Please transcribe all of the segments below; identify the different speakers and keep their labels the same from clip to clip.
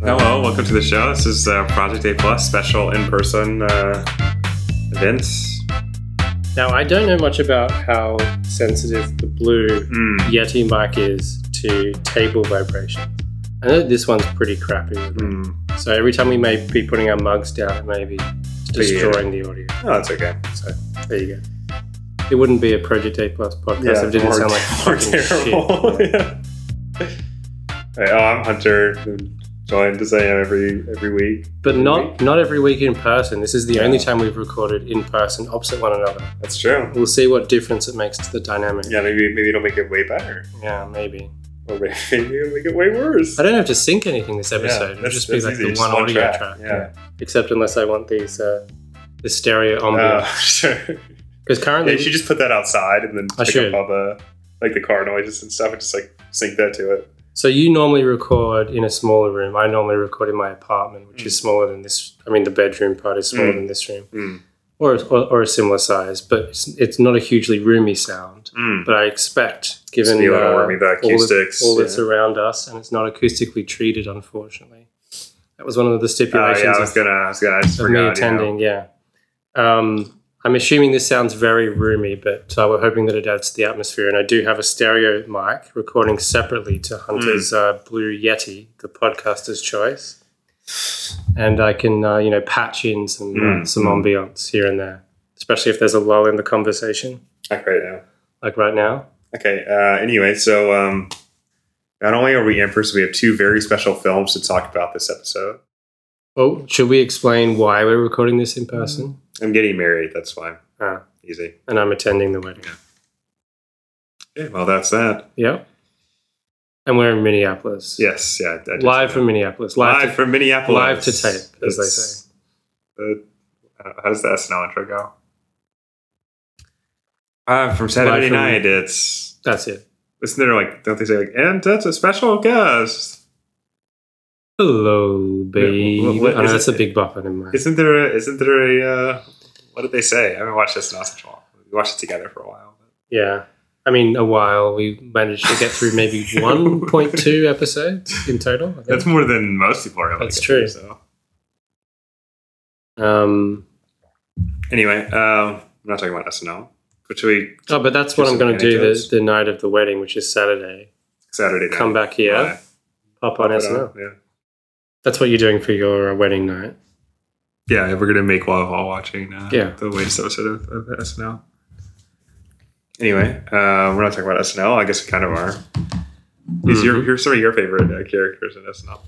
Speaker 1: welcome to the show. This is uh, Project A Plus special in person uh, event.
Speaker 2: Now, I don't know much about how sensitive the blue
Speaker 1: Mm.
Speaker 2: Yeti mic is to table vibrations. I know this one's pretty crappy, with it.
Speaker 1: Mm.
Speaker 2: so every time we may be putting our mugs down, it may be destroying the audio.
Speaker 1: No, that's okay.
Speaker 2: So there you go. It wouldn't be a Project A Plus podcast if it didn't
Speaker 1: more-
Speaker 2: sound like
Speaker 1: more
Speaker 2: fucking
Speaker 1: terrible.
Speaker 2: shit.
Speaker 1: yeah. Hey, oh, I'm Hunter. who Joined as I am every every week.
Speaker 2: But
Speaker 1: Week.
Speaker 2: not not every week in person. This is the
Speaker 1: Yeah.
Speaker 2: only time we've recorded in person opposite one another.
Speaker 1: That's true.
Speaker 2: We'll see what difference it makes to the dynamic.
Speaker 1: Yeah, maybe maybe it'll make it way better,
Speaker 2: Yeah, maybe.
Speaker 1: or maybe it'll make it way worse.
Speaker 2: I don't have to sync anything this
Speaker 1: Yeah,
Speaker 2: episode. It'll
Speaker 1: that's-
Speaker 2: just be
Speaker 1: that's
Speaker 2: like
Speaker 1: easy.
Speaker 2: the
Speaker 1: Just
Speaker 2: one audio track.
Speaker 1: Yeah.
Speaker 2: Except unless I want these uh, the stereo ambience.
Speaker 1: Uh, sure.
Speaker 2: Because
Speaker 1: Yeah,
Speaker 2: currently
Speaker 1: you should just put that outside and then
Speaker 2: I
Speaker 1: pick
Speaker 2: should.
Speaker 1: up all the like the car noises and stuff and just like sync that to it.
Speaker 2: so you normally record in a smaller room. I normally record in my apartment, which is smaller than this I mean the bedroom part is smaller
Speaker 1: Mm.
Speaker 2: than this room.
Speaker 1: Mm.
Speaker 2: Or, or, or a similar size, but it's, it's not a hugely roomy sound.
Speaker 1: Mm.
Speaker 2: But I expect, given
Speaker 1: Just be a
Speaker 2: uh,
Speaker 1: little wormy about
Speaker 2: all,
Speaker 1: acoustics,
Speaker 2: that, all that's
Speaker 1: yeah.
Speaker 2: around us, and it's not acoustically treated, unfortunately. That was one of the
Speaker 1: Uh,
Speaker 2: stipulations
Speaker 1: yeah, I
Speaker 2: of-
Speaker 1: was gonna, I was gonna, I just
Speaker 2: of me
Speaker 1: forgot. you know.
Speaker 2: attending. Yeah, um, I'm assuming this sounds very roomy, but uh, we're hoping that it adds to the atmosphere. And I do have a stereo mic recording separately to
Speaker 1: Hmm.
Speaker 2: Hunter's uh, Blue Yeti, the podcaster's choice, and I can uh, you know patch in some uh,
Speaker 1: Mm,
Speaker 2: some
Speaker 1: mm.
Speaker 2: ambiance here and there, especially if there's a lull in the conversation,
Speaker 1: Like right now.
Speaker 2: like right now.
Speaker 1: Okay. Uh, anyway, so um, not only are we emperors, we have two very special films to talk about this episode.
Speaker 2: Oh, should we explain why we're recording this in person?
Speaker 1: I'm getting married. That's why.
Speaker 2: Ah.
Speaker 1: Easy.
Speaker 2: And I'm attending the wedding.
Speaker 1: Yeah, well, that's that.
Speaker 2: Yeah. And we're in Minneapolis.
Speaker 1: Yes. Yeah. I did
Speaker 2: Live
Speaker 1: say
Speaker 2: from Minneapolis.
Speaker 1: that.
Speaker 2: Live,
Speaker 1: live
Speaker 2: to-
Speaker 1: from Minneapolis.
Speaker 2: live to tape, as they
Speaker 1: It's- uh, how does the SNL intro go? Uh, from Saturday
Speaker 2: from-
Speaker 1: night, it's
Speaker 2: That's it.
Speaker 1: Isn't there like don't they say like and that's a special guest?
Speaker 2: Hello, baby.
Speaker 1: what- what
Speaker 2: oh, no,
Speaker 1: is
Speaker 2: that's
Speaker 1: it?
Speaker 2: a big buffer in mind.
Speaker 1: Isn't there a, isn't there a uh, what did they say? I haven't watched this in not such a while. We watched it together for a while.
Speaker 2: Yeah. I mean, a while. We managed to get through maybe 1.2 episodes in total. I think.
Speaker 1: That's more than most people are. Able
Speaker 2: That's
Speaker 1: to get through,
Speaker 2: true.
Speaker 1: So
Speaker 2: um,
Speaker 1: anyway, um, I'm not talking about SNL, which we
Speaker 2: oh, but that's
Speaker 1: Give
Speaker 2: what
Speaker 1: some
Speaker 2: I'm going to do the,
Speaker 1: anecdotes.
Speaker 2: the night of the wedding, which is Saturday.
Speaker 1: Saturday night.
Speaker 2: Come back here,
Speaker 1: uh,
Speaker 2: pop on
Speaker 1: put
Speaker 2: SNL.
Speaker 1: Yeah.
Speaker 2: That's what you're doing for your uh, wedding night.
Speaker 1: yeah, we're gonna make love while watching. Uh,
Speaker 2: Yeah.
Speaker 1: the latest episode of, of SNL. Anyway, uh, we're not talking about SNL. I guess we kind of are. Who's
Speaker 2: Mm-hmm.
Speaker 1: your, who are some of your favorite uh, characters in SNL?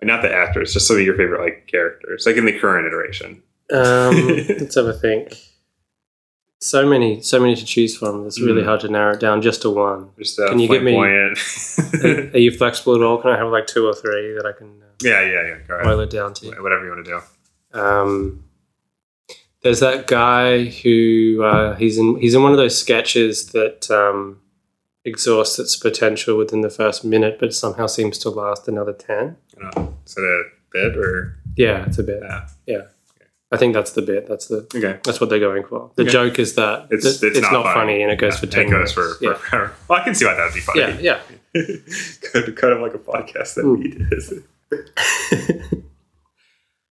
Speaker 1: And not the actors, just some of your favorite like characters, like in the current iteration.
Speaker 2: Um, let's have a think. So many, so many to choose from. It's really
Speaker 1: Mm.
Speaker 2: hard to narrow it down just to one.
Speaker 1: Just uh,
Speaker 2: Can you give me-
Speaker 1: flamboyant.
Speaker 2: Are are you flexible at all? Can I have like two or three that I can uh,
Speaker 1: yeah, yeah, yeah. Go ahead.
Speaker 2: boil it down to?
Speaker 1: Whatever you want to do.
Speaker 2: Um, there's that guy who uh, he's in he's in one of those sketches that um, exhausts its potential within the first minute, but somehow seems to last another ten.
Speaker 1: You know, Uh, is that a bit or
Speaker 2: Yeah, it's a bit.
Speaker 1: yeah?
Speaker 2: I think that's the bit. That's the
Speaker 1: Okay.
Speaker 2: that's what they're going for. The
Speaker 1: Okay.
Speaker 2: joke is that
Speaker 1: It's, it's, not,
Speaker 2: funny. and it goes
Speaker 1: Yeah,
Speaker 2: for ten.
Speaker 1: It goes for,
Speaker 2: minutes.
Speaker 1: for forever. Well, I can see why that would be funny.
Speaker 2: yeah, yeah, yeah.
Speaker 1: could kind of like a podcast that we did. It's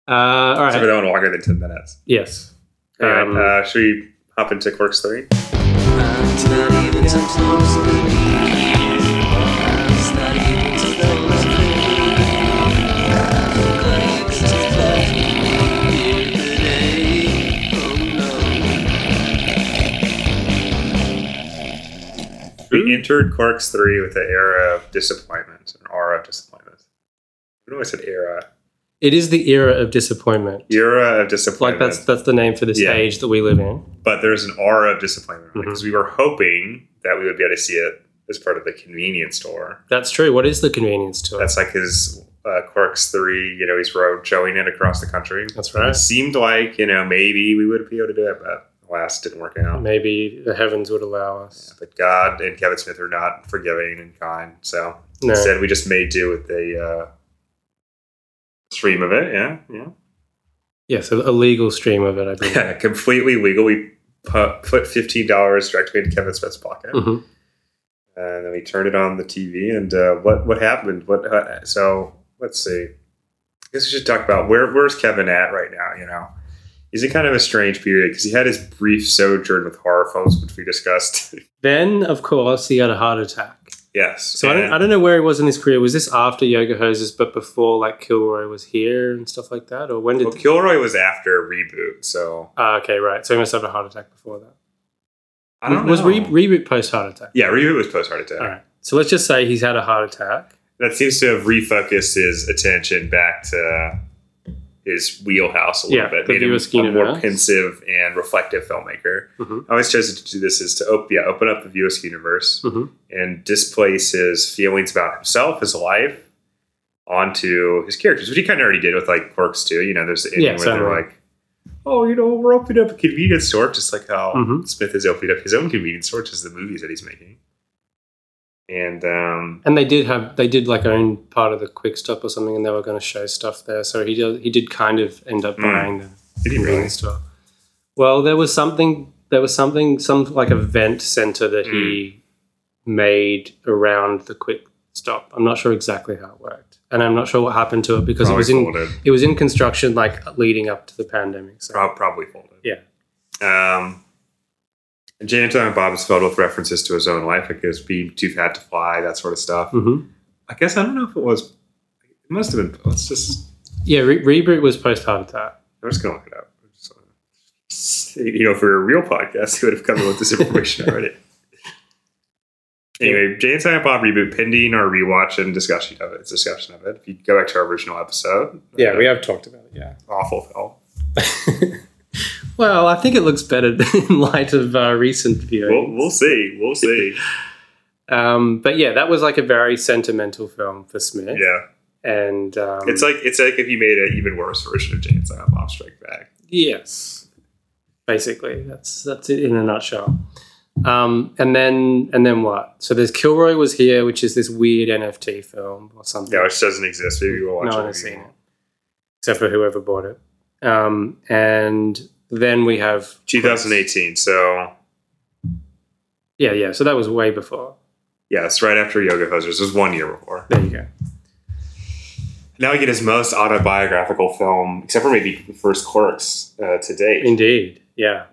Speaker 2: Uh, all right.
Speaker 1: been on longer than ten minutes.
Speaker 2: yes.
Speaker 1: All right,
Speaker 2: Um,
Speaker 1: uh, should we hop into Quirks three?
Speaker 3: It's not even close to me. It's not even close to me. Close to that. Here today. Oh no.
Speaker 1: We entered Quarks 3 with an era of disappointment, an aura of disappointment. I don't know why I said era.
Speaker 2: it is the era of disappointment.
Speaker 1: Era of
Speaker 2: Like
Speaker 1: disappointment.
Speaker 2: that's that's the name for this
Speaker 1: Yeah.
Speaker 2: age that we live in.
Speaker 1: but there's an aura of disappointment
Speaker 2: Mm-hmm.
Speaker 1: because we were hoping that we would be able to see it as part of the convenience store.
Speaker 2: That's true. What is the convenience to it?
Speaker 1: That's like his uh, Quarks 3, you know, he's road showing it across the country.
Speaker 2: That's
Speaker 1: It
Speaker 2: right.
Speaker 1: seemed like, you know, maybe we would be able to do it, but alas, didn't work out.
Speaker 2: Maybe the heavens would allow us.
Speaker 1: But God and Kevin Smith are not forgiving and kind. So
Speaker 2: No.
Speaker 1: instead, we just made do with the uh, stream of it. Yeah, yeah.
Speaker 2: Yes, a, a legal stream of it, I believe.
Speaker 1: Yeah, completely legal. We pu- put fifteen dollars directly in Kevin Smith's pocket,
Speaker 2: hmm
Speaker 1: and then we turned it on the TV. And uh, what what happened? What uh, so? Let's see. guess we should talk about where where's Kevin at right now. You know, he's in kind of a strange period because he had his brief sojourn with horror films, which we discussed.
Speaker 2: Then, of course, he had a heart attack.
Speaker 1: yes.
Speaker 2: So I don't, I don't know where he was in his career. Was this after Yoga Hoses, but before like Kilroy was here and stuff like that, or when did?
Speaker 1: well, Kilroy was after reboot, so
Speaker 2: Ah, okay, right. So he must have had a heart attack before that.
Speaker 1: I don't
Speaker 2: was
Speaker 1: know.
Speaker 2: Re- reboot post heart attack.
Speaker 1: yeah, reboot was post heart attack.
Speaker 2: All right. So let's just say he's had a heart attack.
Speaker 1: That seems to have refocused his attention back to his wheelhouse a little
Speaker 2: Yeah,
Speaker 1: bit,
Speaker 2: the
Speaker 1: made him
Speaker 2: viewers'
Speaker 1: a more
Speaker 2: universe.
Speaker 1: pensive and reflective filmmaker.
Speaker 2: Mhm.
Speaker 1: I always chose to do this is to op- yeah, open up the viewer's universe
Speaker 2: Mhm.
Speaker 1: and displace his feelings about himself, his life, onto his characters, which he kind of already did with like quirks too. You know, there's the ending
Speaker 2: Yeah,
Speaker 1: where
Speaker 2: certainly.
Speaker 1: they're like, "Oh, you know, we're opening up a convenience store," just like how
Speaker 2: Mhm.
Speaker 1: Smith has opened up his own convenience store, which is the movies that he's making. And um,
Speaker 2: And they did have they did like own part of the Quick Stop or something, and they were going to show stuff there. So he did, he did kind of end up
Speaker 1: Mm.
Speaker 2: buying the
Speaker 1: did he really?
Speaker 2: convenience store. Well, there was something there was something some like event center that he Mm. made around the Quick Stop. I'm not sure exactly how it worked, and I'm not sure what happened to it because
Speaker 1: Probably
Speaker 2: it was in
Speaker 1: folded.
Speaker 2: it was in construction like leading up to the pandemic. So
Speaker 1: Prob- probably folded.
Speaker 2: Yeah.
Speaker 1: Um, and Jan Anton Bob is filled with references to his own life, like his being too fat to fly, that sort of stuff.
Speaker 2: Mhm.
Speaker 1: I guess I don't know if it was. It must have been. Let's just.
Speaker 2: yeah, re- reboot was post heart attack.
Speaker 1: I'm just gonna look it up. Just, uh, You know, for a real podcast, he would have come up with this information already. Anyway, Jay and Silent Bob reboot pending or rewatch and discussion of it. It's discussion of it. If you go back to our original episode,
Speaker 2: Yeah, we have talked about it. Yeah.
Speaker 1: awful film.
Speaker 2: Well, I think it looks better in light of uh, recent
Speaker 1: We'll,
Speaker 2: viewing.
Speaker 1: we'll see. We'll see.
Speaker 2: Um, but yeah, that was like a very sentimental film for Smith.
Speaker 1: Yeah.
Speaker 2: And um,
Speaker 1: It's like it's like if you made an even worse version of Jay and Silent Bob Strike Back.
Speaker 2: yes, basically that's that's it in a nutshell. Um, and then and then what? So there's Kilroy was here, which is this weird NFT film or something.
Speaker 1: Yeah, which doesn't exist. Maybe we'll watch
Speaker 2: no
Speaker 1: it.
Speaker 2: one has seen it except for whoever bought it. Um, and then we have
Speaker 1: 2018. So
Speaker 2: yeah, yeah. So that was way before.
Speaker 1: yeah, it's right after Yoga Hosers. It was one year before.
Speaker 2: There you go.
Speaker 1: Now we get his most autobiographical film, except for maybe the first Clerks uh, to date.
Speaker 2: Indeed, yeah.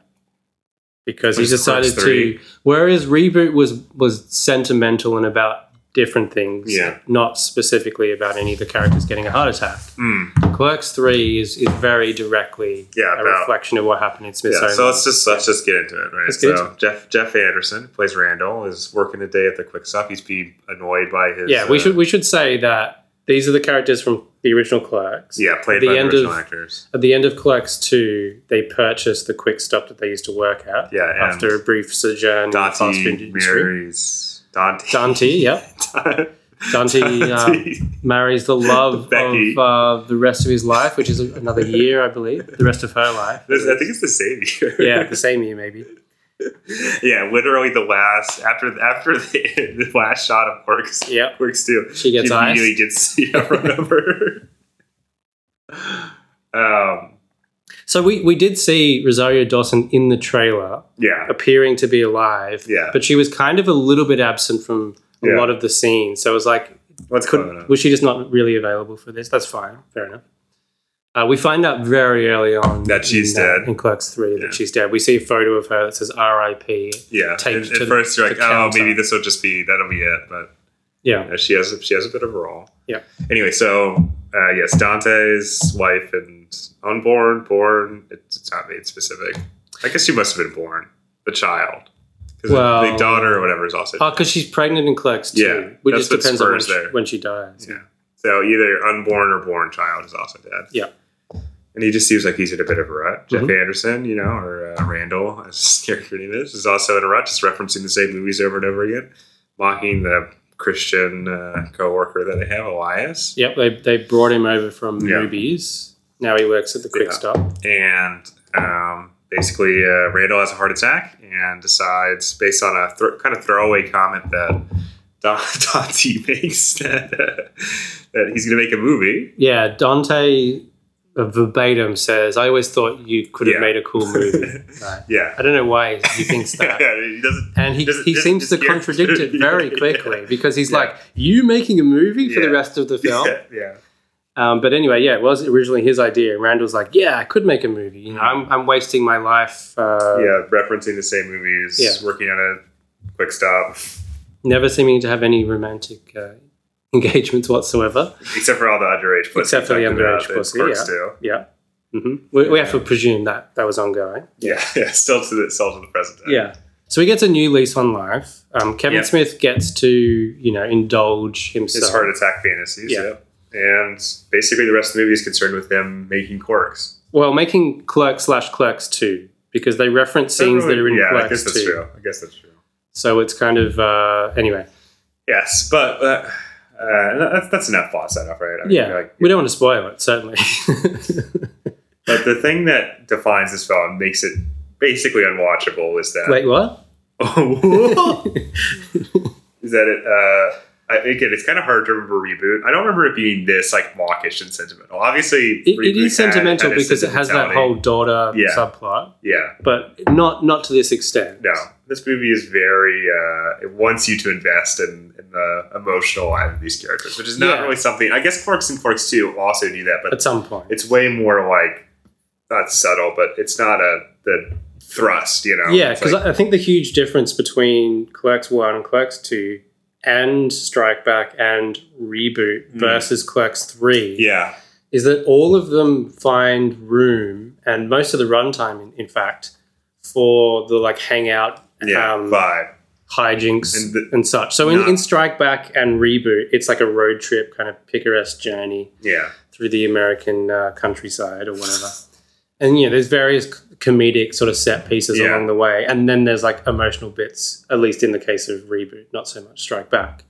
Speaker 2: Because he
Speaker 1: Which is Clerks
Speaker 2: decided to, whereas reboot was was sentimental and about different things,
Speaker 1: Yeah.
Speaker 2: not specifically about any of the characters getting a heart attack.
Speaker 1: Mm,
Speaker 2: Clerks Three is, is very directly
Speaker 1: Yeah,
Speaker 2: a
Speaker 1: about-
Speaker 2: reflection of what happened in
Speaker 1: yeah,
Speaker 2: Smithsonian.
Speaker 1: so let's just let's just get into it, right?
Speaker 2: Let's
Speaker 1: so
Speaker 2: get into
Speaker 1: Jeff Jeff Anderson who plays Randall is working today at the Quick Stop. He's being annoyed by his
Speaker 2: yeah, we
Speaker 1: uh,
Speaker 2: should we should say that these are the characters from the original Clerks.
Speaker 1: yeah played
Speaker 2: at the
Speaker 1: by the
Speaker 2: end
Speaker 1: original
Speaker 2: of-
Speaker 1: actors.
Speaker 2: At the end of Clerks Two, they purchase the quick stop that they used to work at.
Speaker 1: Yeah, and
Speaker 2: after a brief sojourn in the fast food
Speaker 1: Dante
Speaker 2: industry.
Speaker 1: marries Dante.
Speaker 2: Dante, yep. Dante uh, marries the love
Speaker 1: Becky.
Speaker 2: of uh, the rest of his life, which is another year, I believe. The rest of her life.
Speaker 1: This- I think it's the same year.
Speaker 2: Yeah, the same year, maybe.
Speaker 1: yeah. Literally the last after after the, the last shot of Quirks.
Speaker 2: Yep.
Speaker 1: Quirks too.
Speaker 2: She gets
Speaker 1: she
Speaker 2: eyes.
Speaker 1: immediately gets yeah, run over. um.
Speaker 2: So we, we did see Rosario Dawson in the trailer
Speaker 1: Yeah.
Speaker 2: appearing to be alive,
Speaker 1: Yeah.
Speaker 2: but she was kind of a little bit absent from a
Speaker 1: Yeah.
Speaker 2: lot of the scenes. So it was like,
Speaker 1: What's going
Speaker 2: could,
Speaker 1: on?
Speaker 2: was she just not really available for this? That's fine. Fair enough. Uh, we find out very early on
Speaker 1: That she's
Speaker 2: in, uh,
Speaker 1: dead.
Speaker 2: in Clerks 3
Speaker 1: Yeah.
Speaker 2: that she's dead. We see a photo of her that says RIP.
Speaker 1: Yeah. At,
Speaker 2: take
Speaker 1: at
Speaker 2: to the-
Speaker 1: first, you're
Speaker 2: the
Speaker 1: like, oh, maybe
Speaker 2: counter.
Speaker 1: this will just be that'll be it. But
Speaker 2: Yeah.
Speaker 1: you know, she has she has a bit of a role.
Speaker 2: Yeah.
Speaker 1: Anyway, so uh, yes, Dante's wife and unborn, born. It's, it's not made specific. I guess she must have been born the child. Because
Speaker 2: Well-
Speaker 1: the daughter or whatever is also
Speaker 2: Oh, because she's pregnant in Clerks too.
Speaker 1: Yeah,
Speaker 2: which
Speaker 1: that's
Speaker 2: just
Speaker 1: what
Speaker 2: depends on when
Speaker 1: spurs
Speaker 2: she,
Speaker 1: there.
Speaker 2: when she dies.
Speaker 1: Yeah. So either unborn or born child is also dead.
Speaker 2: Yeah.
Speaker 1: And he just seems like he's in a bit of a rut. Jeff
Speaker 2: Mhm.
Speaker 1: Anderson, you know, or uh, Randall, as his character name is, is also in a rut, just referencing the same movies over and over again, mocking the Christian uh, co-worker that they have, Elias.
Speaker 2: Yep, they, they brought him over from
Speaker 1: Yeah.
Speaker 2: movies. Now he works at the Quick
Speaker 1: Yeah.
Speaker 2: Stop.
Speaker 1: And um, basically, uh, Randall has a heart attack and decides, based on a thr kind of throwaway comment that Don- Dante makes, that, uh, that he's going to make a movie.
Speaker 2: Yeah, Dante uh, verbatim says, "I always thought you could have
Speaker 1: Yeah.
Speaker 2: made a cool movie." right.
Speaker 1: Yeah.
Speaker 2: I don't know why he thinks that.
Speaker 1: yeah, he doesn't.
Speaker 2: And he,
Speaker 1: Doesn't-
Speaker 2: he
Speaker 1: doesn't
Speaker 2: seems to
Speaker 1: just hear-
Speaker 2: contradict it very
Speaker 1: Yeah.
Speaker 2: quickly because he's
Speaker 1: Yeah.
Speaker 2: like, "You making a movie for
Speaker 1: Yeah.
Speaker 2: the rest of the film?"
Speaker 1: Yeah, yeah.
Speaker 2: Um, but anyway, yeah, it was originally his idea. And Randall's like, yeah, I could make a movie. You know, I'm,
Speaker 1: Mm-hmm.
Speaker 2: I'm wasting my life. Uh,
Speaker 1: yeah, referencing the same movies,
Speaker 2: Yeah.
Speaker 1: working on a quick stop,
Speaker 2: Never seeming to have any romantic uh, engagements whatsoever.
Speaker 1: except for all the underage pussy.
Speaker 2: Except for the
Speaker 1: talked about
Speaker 2: underage
Speaker 1: that
Speaker 2: pussy,
Speaker 1: Clerks
Speaker 2: yeah.
Speaker 1: do.
Speaker 2: Yeah. hmm We, we have to presume that that was ongoing.
Speaker 1: Yeah, yeah, still to the still to the present time.
Speaker 2: Yeah. So he gets a new lease on life. Um, Kevin
Speaker 1: Yeah.
Speaker 2: Smith gets to, you know, indulge himself.
Speaker 1: his heart attack fantasies.
Speaker 2: Yeah.
Speaker 1: Yeah. and basically the rest of the movie is concerned with him making quirks.
Speaker 2: Well, making Clerk slash Clerks 2 because they reference scenes that are in
Speaker 1: yeah, I guess
Speaker 2: Clerks
Speaker 1: that's
Speaker 2: 2.
Speaker 1: true. I guess that's true.
Speaker 2: So it's kind of, uh, anyway.
Speaker 1: Yes, but uh, uh, that's that's enough plot setup, right? I mean,
Speaker 2: yeah.
Speaker 1: like,
Speaker 2: we don't want to spoil it, certainly.
Speaker 1: But the thing that defines this film makes it basically unwatchable is that
Speaker 2: Wait, what?
Speaker 1: is that it. Uh, I, again, it's kind of hard to remember reboot. I don't remember it being this like mawkish and sentimental. Obviously,
Speaker 2: It, it
Speaker 1: Reboot
Speaker 2: is
Speaker 1: had-
Speaker 2: sentimental
Speaker 1: had its
Speaker 2: because it has that
Speaker 1: sentimentality.
Speaker 2: whole daughter
Speaker 1: Yeah.
Speaker 2: subplot,
Speaker 1: yeah.
Speaker 2: but not not to this extent.
Speaker 1: No, this movie is very. Uh, it wants you to invest in, in the emotional life of these characters, which is not
Speaker 2: Yeah.
Speaker 1: really something. I guess Clerks and Clerks Two also do that, but
Speaker 2: At some point.
Speaker 1: it's way more like not subtle, but it's not a the thrust, you know.
Speaker 2: yeah,
Speaker 1: It's
Speaker 2: because
Speaker 1: like-
Speaker 2: I I think the huge difference between Clerks 1, Clerks 2, and Strike Back and Reboot
Speaker 1: Mm.
Speaker 2: versus Clerks 3
Speaker 1: yeah,
Speaker 2: is that all of them find room and most of the runtime, in, in fact, for the like hangout
Speaker 1: yeah,
Speaker 2: um,
Speaker 1: vibe.
Speaker 2: hijinks and,
Speaker 1: And the-
Speaker 2: such. So in,
Speaker 1: Nah.
Speaker 2: in Strike Back and Reboot, it's like a road trip kind of picaresque journey
Speaker 1: Yeah,
Speaker 2: through the American uh, countryside or whatever. And you know, there's various c- comedic sort of set pieces
Speaker 1: Yeah.
Speaker 2: along the way, and then there's like emotional bits. At least in the case of reboot, not so much Strike Back.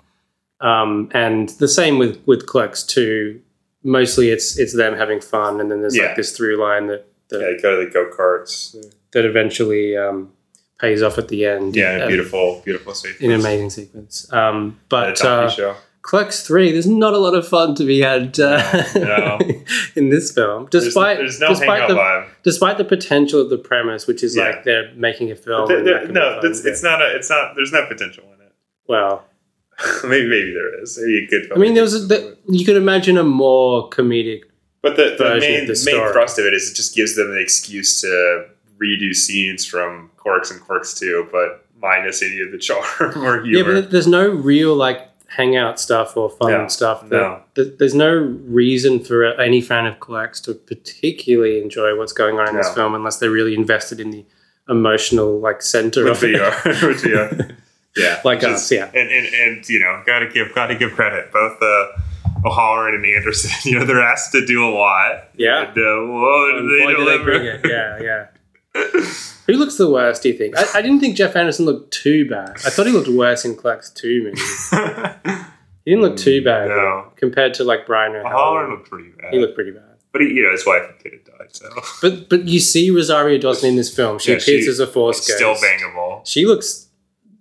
Speaker 2: Um, and the same with with Clerks too. Mostly, it's it's them having fun, and then there's
Speaker 1: Yeah.
Speaker 2: like this through line that that,
Speaker 1: yeah. You go to the go karts.
Speaker 2: that eventually um, pays off at the end.
Speaker 1: Yeah, in a
Speaker 2: uh,
Speaker 1: beautiful, beautiful stage.
Speaker 2: In an amazing sequence. Um,
Speaker 1: At a
Speaker 2: but
Speaker 1: talkie
Speaker 2: uh,
Speaker 1: show.
Speaker 2: Clerks 3, there's not a lot of fun to be had uh,
Speaker 1: No.
Speaker 2: in this film.
Speaker 1: There's-
Speaker 2: Despite
Speaker 1: there's, no
Speaker 2: despite
Speaker 1: hangout
Speaker 2: the
Speaker 1: vibe.
Speaker 2: despite the potential of the premise, which is
Speaker 1: Yeah.
Speaker 2: like they're making a film.
Speaker 1: There-
Speaker 2: and
Speaker 1: there-
Speaker 2: that can be
Speaker 1: no,
Speaker 2: fun,
Speaker 1: it's,
Speaker 2: but-
Speaker 1: it's not a. It's not. There's no potential in it.
Speaker 2: well.
Speaker 1: maybe maybe there is. Maybe it could.
Speaker 2: I mean, there was a, the, you could imagine a more comedic.
Speaker 1: But the, the
Speaker 2: version
Speaker 1: main
Speaker 2: of the
Speaker 1: main
Speaker 2: story.
Speaker 1: thrust of it is it just gives them an excuse to redo scenes from Corks and Corks Two, but minus any of the charm or
Speaker 2: Yeah,
Speaker 1: humor.
Speaker 2: but there's no real like hangout stuff or fun
Speaker 1: No,
Speaker 2: stuff. That,
Speaker 1: no.
Speaker 2: th- there's no reason for any fan of Clerks to particularly enjoy what's going on in this
Speaker 1: No.
Speaker 2: film unless they're really invested in the emotional like center
Speaker 1: Which
Speaker 2: of
Speaker 1: we
Speaker 2: it.
Speaker 1: are. Which we are. uh, Yeah,
Speaker 2: Like
Speaker 1: which
Speaker 2: us, yeah.
Speaker 1: and, and and you know, gotta give gotta give credit both uh, O'Halloran and Anderson. You know, they're asked to do a lot.
Speaker 2: Yeah.
Speaker 1: and, uh, whoa,
Speaker 2: And
Speaker 1: did they
Speaker 2: boy, do they
Speaker 1: deliver.
Speaker 2: bring it. Yeah, yeah. Who looks the worst, do you think? I, I didn't think Jeff Anderson looked too bad. I thought he looked worse in Clerks 2 movie. He didn't look too bad
Speaker 1: Mm, No.
Speaker 2: though, compared to like Brian
Speaker 1: O'Halloran
Speaker 2: O'Halloran.
Speaker 1: looked pretty bad,
Speaker 2: He looked pretty bad.
Speaker 1: but he, you know, his wife and kid had died, so
Speaker 2: But but you see Rosario Dawson in this film. She
Speaker 1: Yeah,
Speaker 2: appears
Speaker 1: she-
Speaker 2: as a force
Speaker 1: it's still
Speaker 2: ghost.
Speaker 1: bangable.
Speaker 2: She looks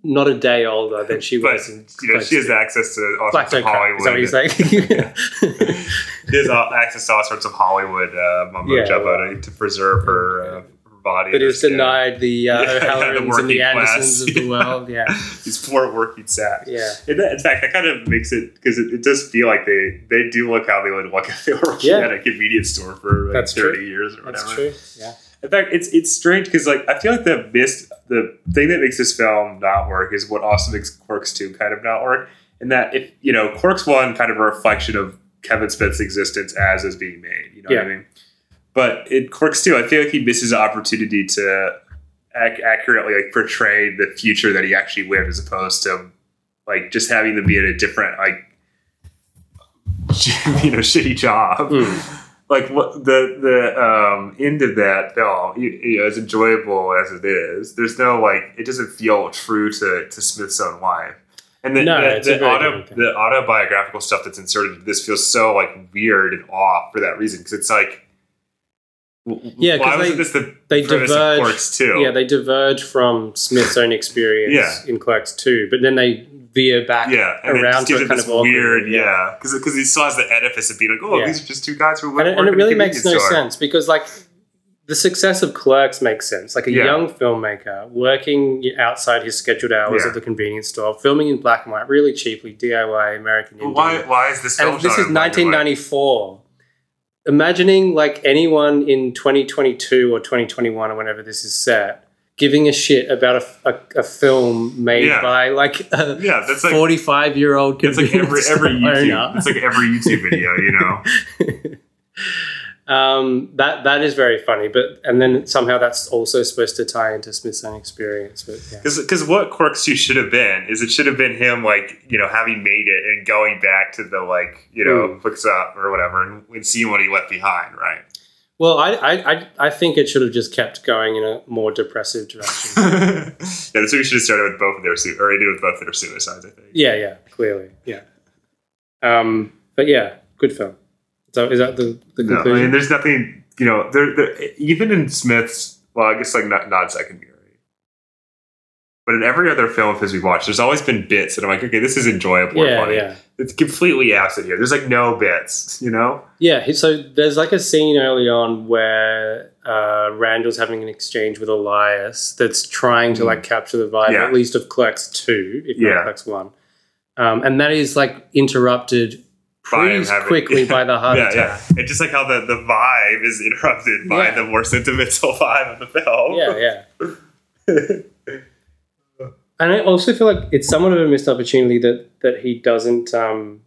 Speaker 2: not a day older than she
Speaker 1: But
Speaker 2: was in
Speaker 1: you know, she has access to all
Speaker 2: Black
Speaker 1: sorts of
Speaker 2: Don't Cry.
Speaker 1: Hollywood.
Speaker 2: Is that what you're saying?
Speaker 1: She has all- access to all sorts of Hollywood uh, mumbo
Speaker 2: Yeah,
Speaker 1: jumbo
Speaker 2: well.
Speaker 1: to, to preserve her, uh, her body.
Speaker 2: but
Speaker 1: and her
Speaker 2: is
Speaker 1: skin.
Speaker 2: denied the
Speaker 1: Yeah,
Speaker 2: uh,
Speaker 1: the
Speaker 2: O'Hallorans and
Speaker 1: working
Speaker 2: the
Speaker 1: class.
Speaker 2: Andersons of the world. Yeah.
Speaker 1: These poor working sacks.
Speaker 2: Yeah.
Speaker 1: And that, in fact, that kind of makes it because it, it does feel like they they do look how they would look if they were working
Speaker 2: Yeah.
Speaker 1: at a convenience store for like,
Speaker 2: That's
Speaker 1: thirty
Speaker 2: true.
Speaker 1: years or whatever.
Speaker 2: That's true. Yeah.
Speaker 1: In fact, it's it's strange because like I feel like the missed the thing that makes this film not work is what also makes Quirks two kind of not work. In that if you know Quirks one kind of a reflection of Kevin Smith's existence as is being made, you know what I
Speaker 2: Yeah.
Speaker 1: mean? But in Quirks two, I feel like he misses an opportunity to ac- accurately like portray the future that he actually lived, as opposed to like just having them be in a different like you know shitty job
Speaker 2: Mm.
Speaker 1: like what the the um, end of that film, you, you know, as enjoyable as it is, there's no like it doesn't feel true to, to Smith's own life. And the,
Speaker 2: No,
Speaker 1: the,
Speaker 2: it's a
Speaker 1: the
Speaker 2: very
Speaker 1: auto,
Speaker 2: different thing.
Speaker 1: the autobiographical stuff that's inserted into this feels so like weird and off for that reason because it's like w-
Speaker 2: Yeah, 'cause
Speaker 1: why wasn't
Speaker 2: they-
Speaker 1: this the
Speaker 2: they
Speaker 1: premise
Speaker 2: diverge-
Speaker 1: of Clerks too?
Speaker 2: Yeah, they diverge from Smith's own experience
Speaker 1: Yeah.
Speaker 2: in Clerks 2, but then they veer back
Speaker 1: yeah, and it just
Speaker 2: around to
Speaker 1: gives
Speaker 2: it
Speaker 1: it
Speaker 2: kind
Speaker 1: this
Speaker 2: of awkwardly,
Speaker 1: weird, yeah, because he still has the edifice of being like, oh,
Speaker 2: Yeah.
Speaker 1: these are just two guys who
Speaker 2: And,
Speaker 1: work
Speaker 2: it- and
Speaker 1: work
Speaker 2: it
Speaker 1: at a
Speaker 2: really makes no
Speaker 1: convenience store.
Speaker 2: sense because, like, the success of Clerks makes sense. Like, a
Speaker 1: Yeah.
Speaker 2: young filmmaker working outside his scheduled hours
Speaker 1: Yeah.
Speaker 2: at the convenience store, filming in black and white, really cheaply, DIY American
Speaker 1: But
Speaker 2: Indian.
Speaker 1: Why? Why is this?
Speaker 2: and
Speaker 1: film
Speaker 2: this
Speaker 1: genre
Speaker 2: is
Speaker 1: in black and white?
Speaker 2: 1994. imagining like anyone in 2022 or 2021 or whenever this is set giving a shit about a, f- a- a film made
Speaker 1: Yeah.
Speaker 2: by like a
Speaker 1: Yeah, that's like-
Speaker 2: 45 year old
Speaker 1: It's like every every YouTube.
Speaker 2: owner.
Speaker 1: It's like every YouTube video, you know.
Speaker 2: um, that that is very funny but and then somehow that's also supposed to tie into Smithsonian experience but yeah.
Speaker 1: Because what Corks Two should have been is it should have been him like you know having made it and going back to the like you know
Speaker 2: Hmm.
Speaker 1: hooks up or whatever and, and seeing what he left behind, right?
Speaker 2: well I, I I I think it should have just kept going in a more depressive direction
Speaker 1: yeah, that's what we should have started with both of their su- or he did with both their suicides, I think.
Speaker 2: yeah yeah clearly yeah um, but yeah good film so is that the, the
Speaker 1: No, I
Speaker 2: conclusion
Speaker 1: mean, there's nothing, you know, there, there, even in Smith's, well, I guess like not, not secondary, but in every other film of his we've watched, there's always been bits that I'm like, okay, this is enjoyable or
Speaker 2: yeah
Speaker 1: funny.
Speaker 2: yeah
Speaker 1: It's completely absent here. There's like no bits, you know?
Speaker 2: Yeah, he- so there's like a scene early on where uh, Randall's having an exchange with Elias that's trying to like capture the vibe,
Speaker 1: Mm. Yeah.
Speaker 2: at least of Clerks 2, if
Speaker 1: Yeah.
Speaker 2: not Clerks 1. Um, and that is like interrupted
Speaker 1: By him
Speaker 2: pretty
Speaker 1: having-
Speaker 2: quickly by the heart
Speaker 1: yeah,
Speaker 2: attack.
Speaker 1: yeah. uh, And just like how the, the vibe is interrupted by
Speaker 2: Yeah.
Speaker 1: the more sentimental vibe of the film.
Speaker 2: Yeah, yeah. and I also feel like it's somewhat of a missed opportunity that, that he doesn't um,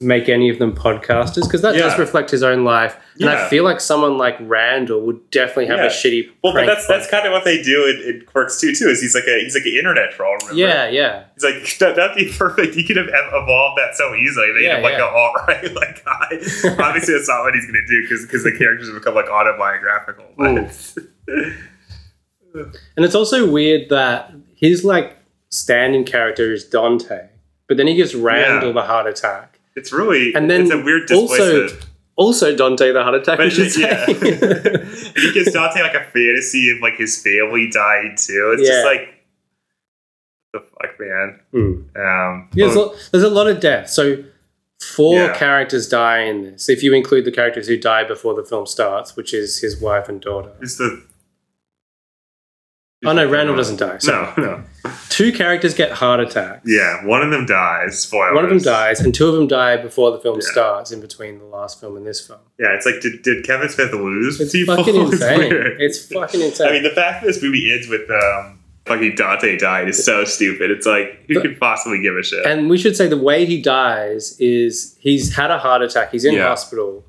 Speaker 2: make any of them podcasters because that does
Speaker 1: Yeah.
Speaker 2: reflect his own life. And
Speaker 1: Yeah.
Speaker 2: I feel like someone like Randall would definitely have
Speaker 1: Yeah.
Speaker 2: a shitty.
Speaker 1: Well, but
Speaker 2: prank
Speaker 1: that's that's kind of what they do in, in Quirks too. Too is he's like a he's like an internet troll. Remember?
Speaker 2: Yeah, yeah.
Speaker 1: He's like, that, that'd be perfect. You could have ev- evolved that so easily. They
Speaker 2: Yeah,
Speaker 1: have like
Speaker 2: yeah.
Speaker 1: an all right like guy. Obviously, that's not what he's gonna do because the characters have become like autobiographical. But
Speaker 2: And it's also weird that his like standing character is Dante, but then he gives Randall
Speaker 1: Yeah.
Speaker 2: the heart attack.
Speaker 1: it's really
Speaker 2: And then
Speaker 1: it's a weird
Speaker 2: also-
Speaker 1: displacement.
Speaker 2: Also Dante the heart attack,
Speaker 1: but
Speaker 2: we should
Speaker 1: it's- yeah,
Speaker 2: say.
Speaker 1: And he gives Dante like a fantasy of like his family dying too. It's just
Speaker 2: Yeah.
Speaker 1: like the fuck, man.
Speaker 2: Hmm.
Speaker 1: Um,
Speaker 2: Yeah, There's, a
Speaker 1: but-
Speaker 2: lot, there's a lot of death. So four
Speaker 1: Yeah.
Speaker 2: characters die in this, if you include the characters who die before the film starts, which is his wife and daughter.
Speaker 1: it's the
Speaker 2: Oh no, Randall doesn't die. So
Speaker 1: No, no.
Speaker 2: two characters get heart attacks.
Speaker 1: Yeah, one of them dies. Spoilers.
Speaker 2: One of them dies, and two of them die before the film
Speaker 1: Yeah.
Speaker 2: starts, in between the last film and this film.
Speaker 1: Yeah, it's like did, did Kevin Smith lose?
Speaker 2: It's
Speaker 1: people?
Speaker 2: fucking
Speaker 1: It's
Speaker 2: insane.
Speaker 1: weird.
Speaker 2: It's fucking insane.
Speaker 1: I mean, the fact that this movie ends with um, fucking Dante died is so stupid. It's like who
Speaker 2: But-
Speaker 1: could possibly give a shit?
Speaker 2: And we should say the way he dies is he's had a heart attack. He's in
Speaker 1: Yeah.
Speaker 2: hospital.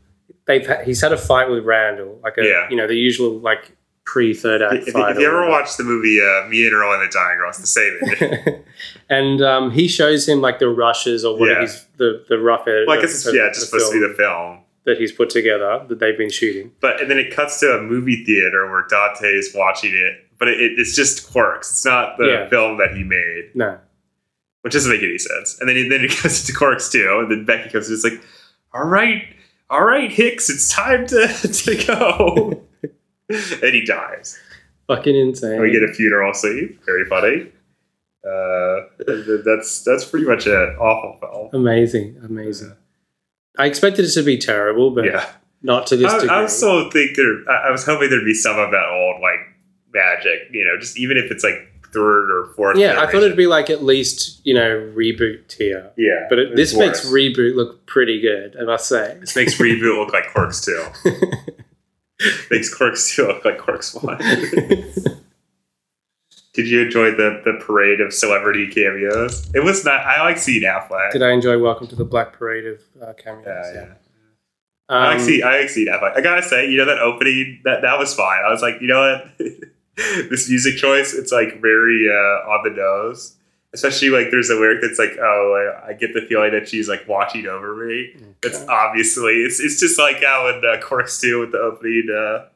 Speaker 2: They've ha- he's had a fight with Randall, like a
Speaker 1: Yeah.
Speaker 2: you know the usual like pre third act
Speaker 1: if, if
Speaker 2: fight. or
Speaker 1: you ever
Speaker 2: whatever.
Speaker 1: watched the movie uh, Me and Earl and the Dying Girl, it's the same. Ending.
Speaker 2: and um, he shows him like the rushes or what
Speaker 1: Yeah.
Speaker 2: he's the the rough edit.
Speaker 1: well, I
Speaker 2: of-
Speaker 1: guess it's,
Speaker 2: of
Speaker 1: yeah, it's just supposed to
Speaker 2: film
Speaker 1: be the film.
Speaker 2: that he's put together that they've been shooting.
Speaker 1: But and then it cuts to a movie theater where Dante is watching it. But it, it, it's just quirks. It's not the
Speaker 2: Yeah.
Speaker 1: film that he made,
Speaker 2: No,
Speaker 1: which doesn't make any sense. And then it- then it goes to quirks too. And then Becky comes and it's like, all right, all right, Hicks, it's time to to go. and he dies.
Speaker 2: fucking insane.
Speaker 1: we get a funeral scene. Very funny. Uh, th- that's that's pretty much it. Awful film.
Speaker 2: amazing, amazing. I expected it to be terrible, but
Speaker 1: Yeah,
Speaker 2: not to this
Speaker 1: I,
Speaker 2: degree.
Speaker 1: I also think there. I, I was hoping there'd be some of that old like magic. You know, just even if it's like third or fourth.
Speaker 2: yeah, I thought it'd
Speaker 1: generation.
Speaker 2: be like at least you know reboot tier.
Speaker 1: Yeah,
Speaker 2: But it,
Speaker 1: it's
Speaker 2: this makes
Speaker 1: worse.
Speaker 2: reboot look pretty good, I must say.
Speaker 1: this makes reboot look like Quirks too. makes Quirks two look like Quirks one. Did you enjoy the the parade of celebrity cameos? It was not. I like seeing Affleck.
Speaker 2: Did I enjoy Welcome to the Black Parade of uh, cameos?
Speaker 1: yeah, yeah.
Speaker 2: Um,
Speaker 1: I actually, I actually that. Like, I gotta say, you know that opening that that was fine. I was like, you know what, this music choice, it's like very uh, on the nose. Especially like there's a lyric that's like, oh, I, I get the feeling that she's like watching over me. That's obviously it's it's just like how in uh, Corks too with the opening. Uh,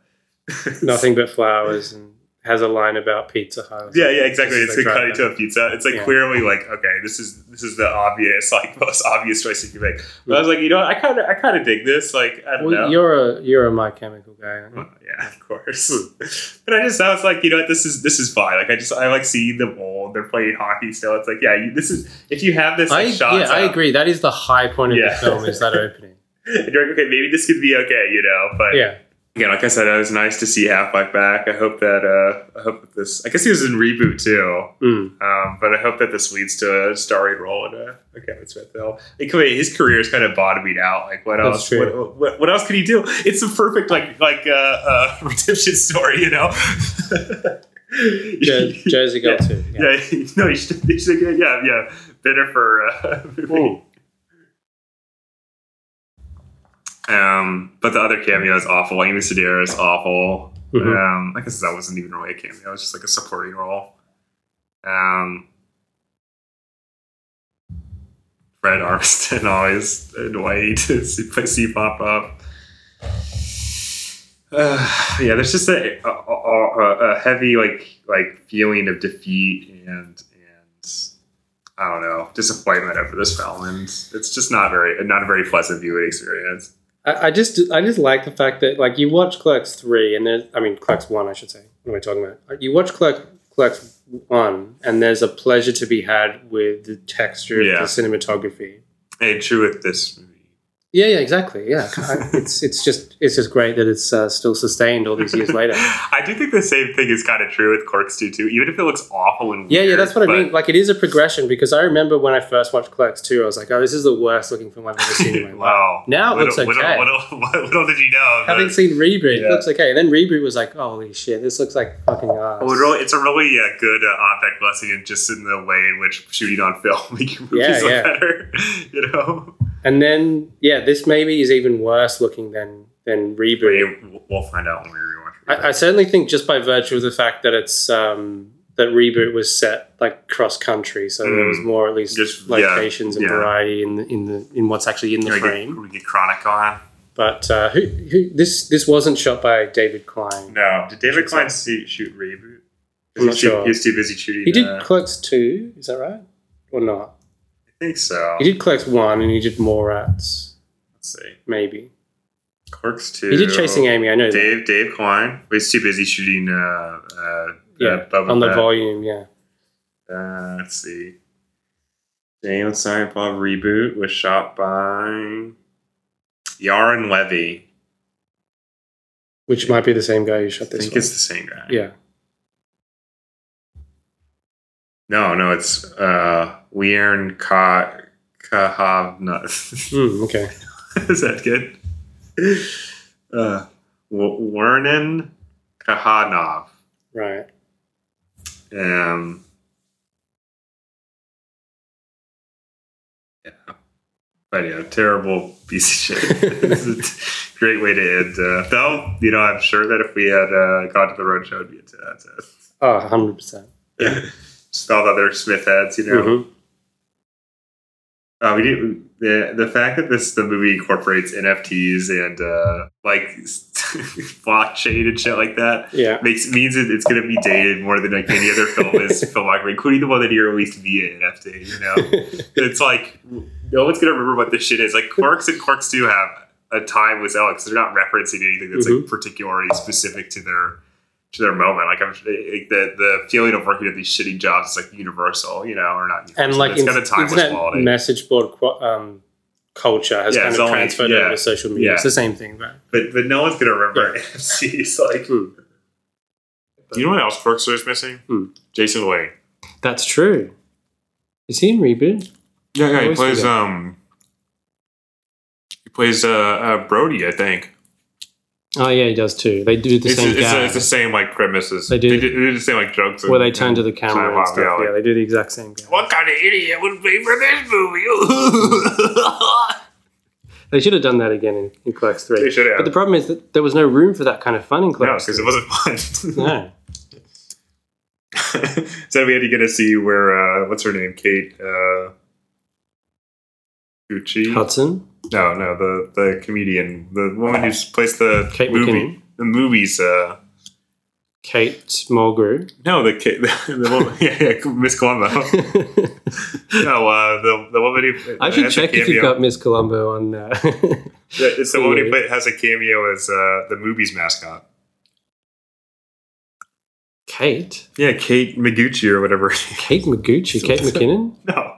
Speaker 2: nothing but flowers and has a line about Pizza Hut. or
Speaker 1: Yeah,
Speaker 2: something.
Speaker 1: yeah, exactly. It's
Speaker 2: Just
Speaker 1: like
Speaker 2: like
Speaker 1: cutting
Speaker 2: that.
Speaker 1: to a pizza. It's like
Speaker 2: Yeah.
Speaker 1: clearly like okay, this is this is the obvious like most obvious choice you can make. But I was like, you know, what? I kind of I kind of dig this. Like I don't
Speaker 2: Well,
Speaker 1: know.
Speaker 2: you're a you're a My Chemical guy. aren't you?
Speaker 1: Well, yeah, of course. but I just I was like, you know what, this is this is fine. Like I just I like seeing them old. They're playing hockey still. It's like, yeah, you, this is if you have this
Speaker 2: I,
Speaker 1: like, shot,
Speaker 2: yeah, I agree. That is the high point of
Speaker 1: Yeah.
Speaker 2: the film is that opening.
Speaker 1: And you're like, okay, maybe this could be okay, you know. But
Speaker 2: Yeah,
Speaker 1: Again, like I said, it was nice to see Half Life back. I hope that uh, I hope that this. I guess he was in reboot too,
Speaker 2: Mm.
Speaker 1: um, but I hope that this leads to a starring role in a, a Kevin Smith film. Like, wait, his career is kind of bottoming out. Like, what
Speaker 2: That's
Speaker 1: else?
Speaker 2: true.
Speaker 1: What, what, what else could he do? It's the perfect like like uh, uh, redemption story, you know.
Speaker 2: Jo- Josie got to. Yeah.
Speaker 1: Yeah, no, you should, you should get, yeah, yeah, better for. Uh,
Speaker 2: Mm.
Speaker 1: um, but the other cameo is awful. Amy Sedaris is awful.
Speaker 2: Mhm.
Speaker 1: Um, I guess that wasn't even really a cameo; it was just like a supporting role. Um, Fred Armstead always annoyed to see, see pop up. Uh, yeah, there's just a, a, a, a heavy like like feeling of defeat and and I don't know disappointment over this film, and it's just not very not a very pleasant viewing experience.
Speaker 2: I, I just I just like the fact that like you watch Clerks three and there's I mean Clerks one I should say what am I talking about Like, you watch Clerk, Clerks one and there's a pleasure to be had with the texture
Speaker 1: Yeah.
Speaker 2: of the cinematography
Speaker 1: And true with this movie.
Speaker 2: yeah yeah exactly yeah I- it's it's just it's just great that it's uh, still sustained all these years later
Speaker 1: I do think the same thing is kind of true with Clerks 2 too. Even if it looks awful and
Speaker 2: yeah yeah
Speaker 1: weird,
Speaker 2: that's what I
Speaker 1: but-
Speaker 2: mean like it is a progression because I remember when I first watched Clerks two I was like oh this is the worst looking film I've ever seen in my life
Speaker 1: wow.
Speaker 2: Now it
Speaker 1: little,
Speaker 2: looks
Speaker 1: Little,
Speaker 2: okay.
Speaker 1: little, little, did you know.
Speaker 2: having
Speaker 1: that-
Speaker 2: seen Reboot
Speaker 1: Yeah.
Speaker 2: it looks okay and then Reboot was like holy shit this looks like fucking ass
Speaker 1: Well, it really- it's a really uh, good uh, object lesson in just in the way in which shooting on film make your movies
Speaker 2: Yeah,
Speaker 1: look
Speaker 2: yeah.
Speaker 1: better. You know,
Speaker 2: And then, yeah, this maybe is even worse looking than than reboot.
Speaker 1: we, we'll find out when we rewatch. it.
Speaker 2: I, I certainly think just by virtue of the fact that it's um, that reboot was set like cross country, so there was
Speaker 1: Mm.
Speaker 2: more at least
Speaker 1: Just- yeah,
Speaker 2: locations and
Speaker 1: yeah.
Speaker 2: variety in the, in the in what's actually in the
Speaker 1: we get,
Speaker 2: frame.
Speaker 1: we get Chronic on.
Speaker 2: But uh, who, who this this wasn't shot by David Klein.
Speaker 1: No, did David
Speaker 2: Should
Speaker 1: Klein see, shoot reboot?
Speaker 2: I'm not
Speaker 1: He's too,
Speaker 2: sure.
Speaker 1: he was too busy shooting.
Speaker 2: He
Speaker 1: uh,
Speaker 2: did Clerks two, is that right or not?
Speaker 1: I think so.
Speaker 2: He did Clerks one, and he did Mallrats,
Speaker 1: Let's see.
Speaker 2: maybe.
Speaker 1: Clerks two.
Speaker 2: He did Chasing Amy. I know that.
Speaker 1: Dave Dave Klein. He's too busy shooting. Uh, uh,
Speaker 2: Yeah,
Speaker 1: uh, Boba
Speaker 2: on the
Speaker 1: Fett.
Speaker 2: volume. Yeah,
Speaker 1: Uh, let's see. Damon Silent Bob reboot was shot by Yaron Levy.
Speaker 2: which might be the same guy who
Speaker 1: I
Speaker 2: shot this.
Speaker 1: think
Speaker 2: one.
Speaker 1: it's the same guy.
Speaker 2: yeah.
Speaker 1: No, no, it's uh, Learn Ka Kahavna.
Speaker 2: Mm, okay.
Speaker 1: Is that good? Uh, Wernan Kahanov.
Speaker 2: Right.
Speaker 1: Um, yeah, but yeah, terrible piece of shit. It's a great way to end. Uh, though, you know, I'm sure that if we had uh, gone to the roadshow, it'd be into that. Uh,
Speaker 2: Oh, 100%.
Speaker 1: just all the other Smith heads, you know.
Speaker 2: Mhm.
Speaker 1: Uh, we did the the fact that this the movie incorporates NFTs and uh, like blockchain and shit like that
Speaker 2: Yeah.
Speaker 1: makes means it, it's going to be dated more than like any other film is filmography, including the one that he released via NFT. You know, it's like no one's going to remember what this shit is. Like Quarks and Quarks do have a time with Alex. They're not referencing anything that's
Speaker 2: Mm-hmm.
Speaker 1: like particularly specific to their to their moment. Like I'm like, the the feeling of working at these shitty jobs is like universal, you know, or not. Universal,
Speaker 2: and like
Speaker 1: but it's got a
Speaker 2: in-
Speaker 1: timeless
Speaker 2: internet
Speaker 1: quality.
Speaker 2: message board qu- um, culture has
Speaker 1: Yeah,
Speaker 2: kind
Speaker 1: it's
Speaker 2: of
Speaker 1: only-
Speaker 2: transferred
Speaker 1: yeah.
Speaker 2: over to social media.
Speaker 1: Yeah.
Speaker 2: It's the same thing, right?
Speaker 1: but but no one's gonna remember NFTs. Like, you know what else Quarks is missing?
Speaker 2: Hmm.
Speaker 1: Jason Wayne.
Speaker 2: That's true. Is he in reboot?
Speaker 1: Yeah, yeah, he
Speaker 2: always do
Speaker 1: plays
Speaker 2: that.
Speaker 1: um he plays uh, uh Brody, I think.
Speaker 2: Oh, yeah, he does too. They do the
Speaker 1: It's,
Speaker 2: same
Speaker 1: it's, uh,
Speaker 2: gag
Speaker 1: it's the same like premises.
Speaker 2: They do-
Speaker 1: They, do the same like jokes and-
Speaker 2: where they turn to the camera
Speaker 1: Wow,
Speaker 2: and stuff.
Speaker 1: yeah,
Speaker 2: Yeah,
Speaker 1: like-
Speaker 2: they do the exact same gag.
Speaker 1: What kind of idiot would be for this movie?
Speaker 2: They should have done that again in, in Clerks 3.
Speaker 1: They should have.
Speaker 2: But the problem is that there was no room for that kind of fun in
Speaker 1: no,
Speaker 2: Clerks
Speaker 1: because it
Speaker 2: 3.
Speaker 1: wasn't fun.
Speaker 2: No.
Speaker 1: so we had to get to see where uh what's her name? Kate uh Gucci.
Speaker 2: Hudson?
Speaker 1: No, no, the the comedian, the woman who's placed the
Speaker 2: Kate
Speaker 1: movie,
Speaker 2: McKinnon?
Speaker 1: the movies. Uh,
Speaker 2: Kate Mulgrew?
Speaker 1: no, the Kate, the, the woman, yeah, yeah, Miss Columbo. no, uh, the the woman who
Speaker 2: I should
Speaker 1: has a
Speaker 2: check if
Speaker 1: cameo-
Speaker 2: you've got Miss Colombo on. Uh,
Speaker 1: Yeah, It's the
Speaker 2: Cool.
Speaker 1: woman who play, has a cameo as uh, the movie's mascot.
Speaker 2: Kate,
Speaker 1: Yeah, Kate Miguchi or whatever.
Speaker 2: Kate Magucci, Kate McKinnon.
Speaker 1: no,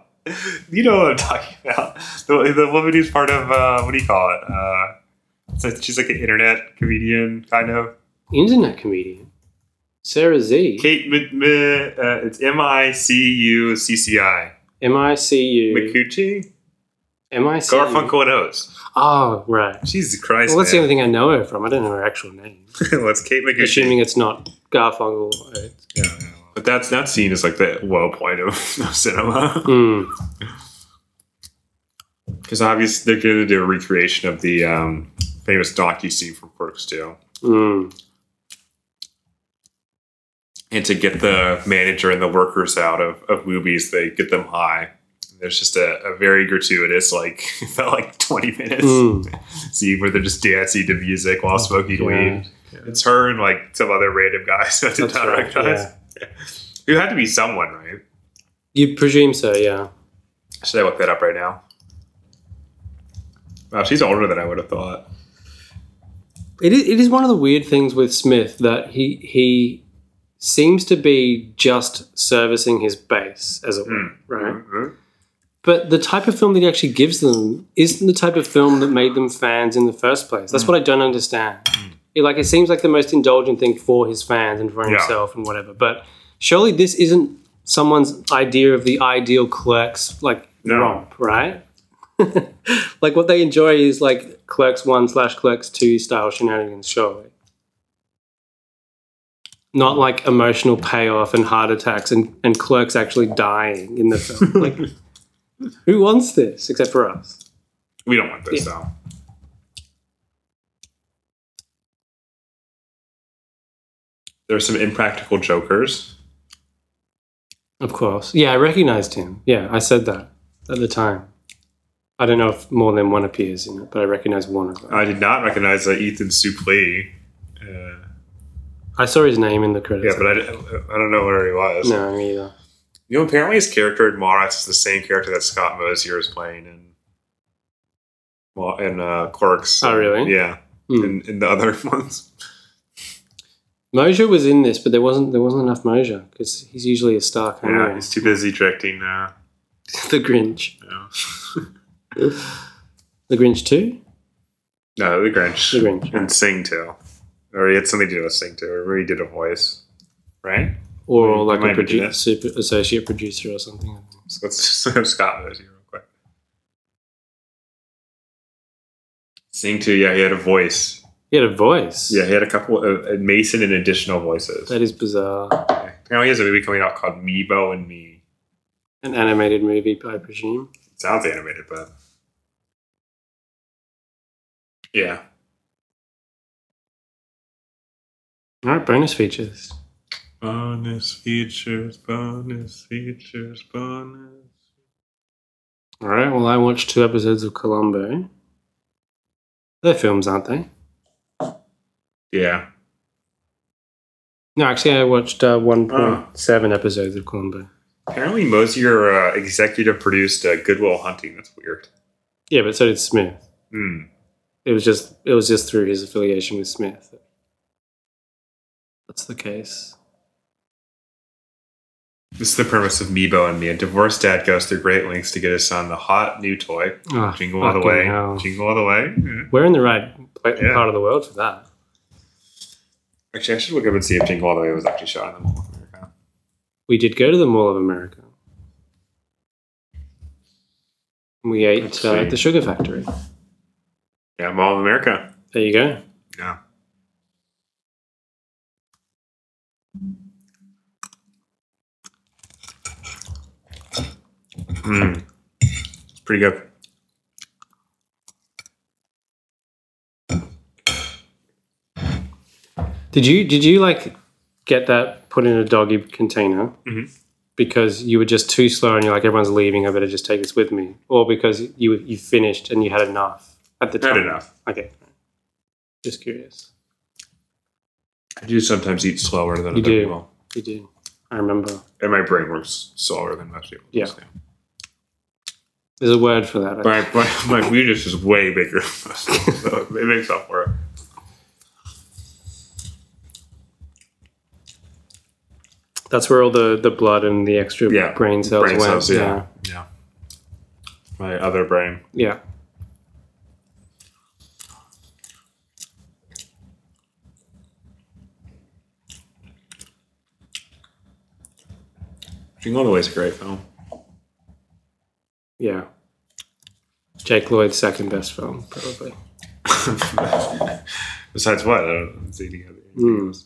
Speaker 1: you know what I'm talking about. The, the woman who's part of uh, what do you call it? Uh, So she's like an internet comedian, kind of.
Speaker 2: Internet comedian. Sarah Z.
Speaker 1: Kate, Mi- Mi- uh, it's M I C U C C I.
Speaker 2: M I C U.
Speaker 1: Mikuchi?
Speaker 2: M I C U.
Speaker 1: Garfunkel and Oates.
Speaker 2: Oh, right.
Speaker 1: Jesus Christ.
Speaker 2: Well, that's the
Speaker 1: man.
Speaker 2: only thing I know her from. I don't know her actual name.
Speaker 1: well, it's Kate Mikuchi.
Speaker 2: Assuming it's not Garfunkel. uh,
Speaker 1: Yeah, yeah, well. But that's that scene is like the low point of, of cinema.
Speaker 2: Hmm.
Speaker 1: Because obviously they're going to do a recreation of the um, famous docu scene from Clerks 2.
Speaker 2: Mm.
Speaker 1: And to get the manager and the workers out of, of movies, they get them high. There's just a, a very gratuitous, like, it felt like 20 minutes
Speaker 2: Mm.
Speaker 1: scene where they're just dancing to music while smoking
Speaker 2: Oh, Yeah.
Speaker 1: weed. It's her and like some other random guys that I did
Speaker 2: That's
Speaker 1: not
Speaker 2: right,
Speaker 1: recognize. Who had to be someone, right?
Speaker 2: You presume so, yeah.
Speaker 1: Should I look that up right now? Wow, she's older than I would have thought.
Speaker 2: It is, it is one of the weird things with Smith that he he seems to be just servicing his base, as it were,
Speaker 1: Mm.
Speaker 2: right?
Speaker 1: Mhm.
Speaker 2: But the type of film that he actually gives them isn't the type of film that made them fans in the first place. That's what I don't understand. It, like it seems like the most indulgent thing for his fans and for
Speaker 1: Yeah.
Speaker 2: himself and whatever. But surely this isn't someone's idea of the ideal clerks like
Speaker 1: No.
Speaker 2: romp, right? like what they enjoy is like clerks one slash clerks two style shenanigans, surely. Not like emotional payoff and heart attacks and, and clerks actually dying in the film. Like who wants this except for us?
Speaker 1: We don't want this, though. There's some impractical jokers.
Speaker 2: Of course. Yeah, I recognized him. Yeah, I said that at the time. I don't know if more than one appears in it, but I recognize one of them.
Speaker 1: I did not recognize uh, Ethan Suplee. Uh,
Speaker 2: I saw his name in the credits.
Speaker 1: yeah, but I, d- I don't know where he was.
Speaker 2: no, me either.
Speaker 1: You know, apparently his character in Mallrats is the same character that Scott Mosier is playing in, well, in uh, Clerks.
Speaker 2: Oh, really?
Speaker 1: Yeah,
Speaker 2: Hmm.
Speaker 1: in, in the other ones.
Speaker 2: Mosier was in this, but there wasn't there wasn't enough Mosier because he's usually a star kind
Speaker 1: Yeah, he's too busy directing. Uh,
Speaker 2: the Grinch.
Speaker 1: you know.
Speaker 2: The Grinch too.
Speaker 1: No, The Grinch.
Speaker 2: The Grinch.
Speaker 1: And Sing Too. Or he had something to do with Sing Too, or he did a voice. Right?
Speaker 2: Or
Speaker 1: Might-
Speaker 2: like
Speaker 1: might be
Speaker 2: a produ-
Speaker 1: Mm, that.
Speaker 2: super associate producer or something.
Speaker 1: So let's just have Scott Mosier real quick. Sing Too, yeah, he had a voice.
Speaker 2: He had a voice.
Speaker 1: Yeah, he had a couple of uh, Mason and additional voices.
Speaker 2: That is bizarre.
Speaker 1: Okay. Now he has a movie coming out called Meebo and Me.
Speaker 2: An animated movie, I presume.
Speaker 1: It sounds animated, but yeah,
Speaker 2: All right, bonus features.
Speaker 1: bonus features, bonus features, bonus.
Speaker 2: All right. Well, I watched two episodes of Columbo. They're films, aren't they?
Speaker 1: Yeah,
Speaker 2: No, actually, I watched uh, one point seven episodes of Columbo.
Speaker 1: apparently Mosier uh, executive produced uh, Goodwill Hunting. That's weird.
Speaker 2: Yeah, but so did Smith.
Speaker 1: Hmm.
Speaker 2: It was just it was just through his affiliation with Smith. That's the case.
Speaker 1: This is the premise of Meebo and Me. A divorced dad goes through great lengths to get his son the hot new toy.
Speaker 2: Oh,
Speaker 1: Jingle all the way. Jingle all the way. Hmm. Yeah.
Speaker 2: We're in the right pla
Speaker 1: Yeah.
Speaker 2: part of the world for that.
Speaker 1: Actually, I should look up and see if Jingle All the Way was actually shot in the Mall of America.
Speaker 2: We did go to the Mall of America. We ate
Speaker 1: Let's
Speaker 2: uh,
Speaker 1: see.
Speaker 2: at the Sugar Factory.
Speaker 1: Yeah, Mall of America.
Speaker 2: There you go.
Speaker 1: Yeah. Mm. It's pretty good.
Speaker 2: Did you did you like get that put in a doggy container
Speaker 1: Mhm.
Speaker 2: because you were just too slow and you're like everyone's leaving, I better just take this with me, or because you you finished and you had enough at the time?
Speaker 1: Not enough.
Speaker 2: Okay, just curious.
Speaker 1: I do sometimes eat slower than other
Speaker 2: You do.
Speaker 1: people.
Speaker 2: You did. I remember.
Speaker 1: And my brain works slower than most people.
Speaker 2: Yeah. There's a word for that. I
Speaker 1: My, my, my mucus is way bigger. than most people, so it makes up for it.
Speaker 2: That's where all the, the blood and the extra
Speaker 1: Yeah,
Speaker 2: brain cells
Speaker 1: brain
Speaker 2: went.
Speaker 1: cells, yeah. Yeah. My other brain.
Speaker 2: yeah. Yeah.
Speaker 1: Jingle All the Way is a great film.
Speaker 2: Yeah. Jake Lloyd's second best film, probably.
Speaker 1: Besides what? I don't know. See any other-
Speaker 2: Mm.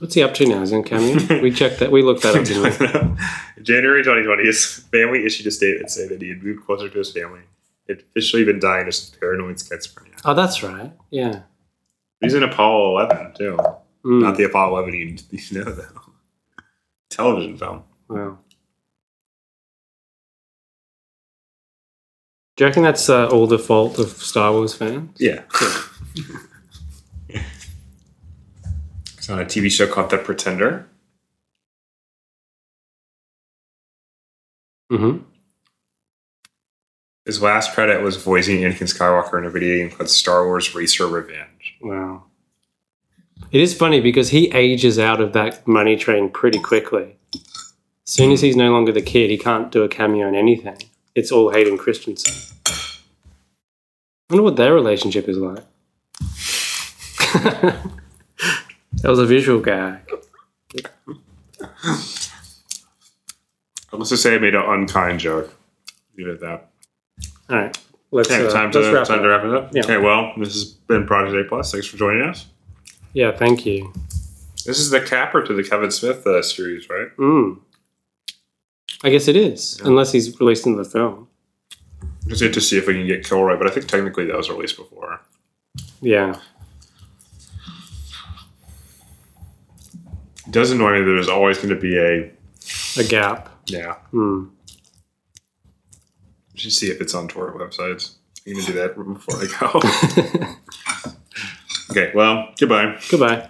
Speaker 2: What's he up to now? Is he in cameo? we checked that. We looked that up. Didn't we?
Speaker 1: January 2020, his family issued a statement saying that he had moved closer to his family. He'd officially been diagnosed with paranoid schizophrenia.
Speaker 2: Oh, that's right. Yeah.
Speaker 1: He's in Apollo 11, too.
Speaker 2: Mm.
Speaker 1: Not the Apollo 11 you, you know, though. Television film.
Speaker 2: Wow. Do you reckon that's uh, all the fault of Star Wars fans?
Speaker 1: Yeah. it's on a TV show called The Pretender.
Speaker 2: Mm-hmm.
Speaker 1: His last credit was voicing Anakin Skywalker in a video game called Star Wars Racer Revenge.
Speaker 2: Wow. It is funny because he ages out of that money train pretty quickly. As soon as he's no longer the kid, he can't do a cameo in anything. It's all Hayden Christensen. I wonder what their relationship is like. that was a visual gag.
Speaker 1: Let's just say I made an unkind joke. Leave it at that.
Speaker 2: All right. Let's,
Speaker 1: Okay,
Speaker 2: uh,
Speaker 1: time, to,
Speaker 2: let's wrap
Speaker 1: time
Speaker 2: it
Speaker 1: to
Speaker 2: up.
Speaker 1: wrap it up.
Speaker 2: Yeah.
Speaker 1: Okay, well, this has been Project A Plus. Thanks for joining us.
Speaker 2: Yeah, thank you.
Speaker 1: This is the capper to the Kevin Smith uh, series, right?
Speaker 2: Mm. I guess it is, unless he's released into the film.
Speaker 1: Just need to see if we can get Kilroy, but I think technically that was released before.
Speaker 2: Yeah.
Speaker 1: It does annoy me that there's always going to be a
Speaker 2: A gap.
Speaker 1: yeah.
Speaker 2: Mm.
Speaker 1: We should see if it's on torrent websites. I'm gonna do that before I go. okay, well, goodbye.
Speaker 2: Goodbye.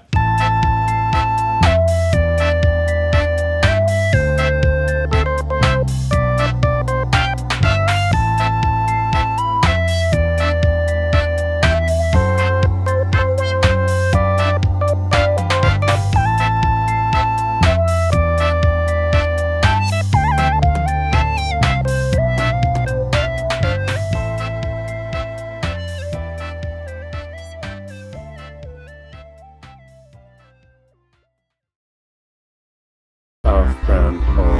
Speaker 2: Of Brown Hall.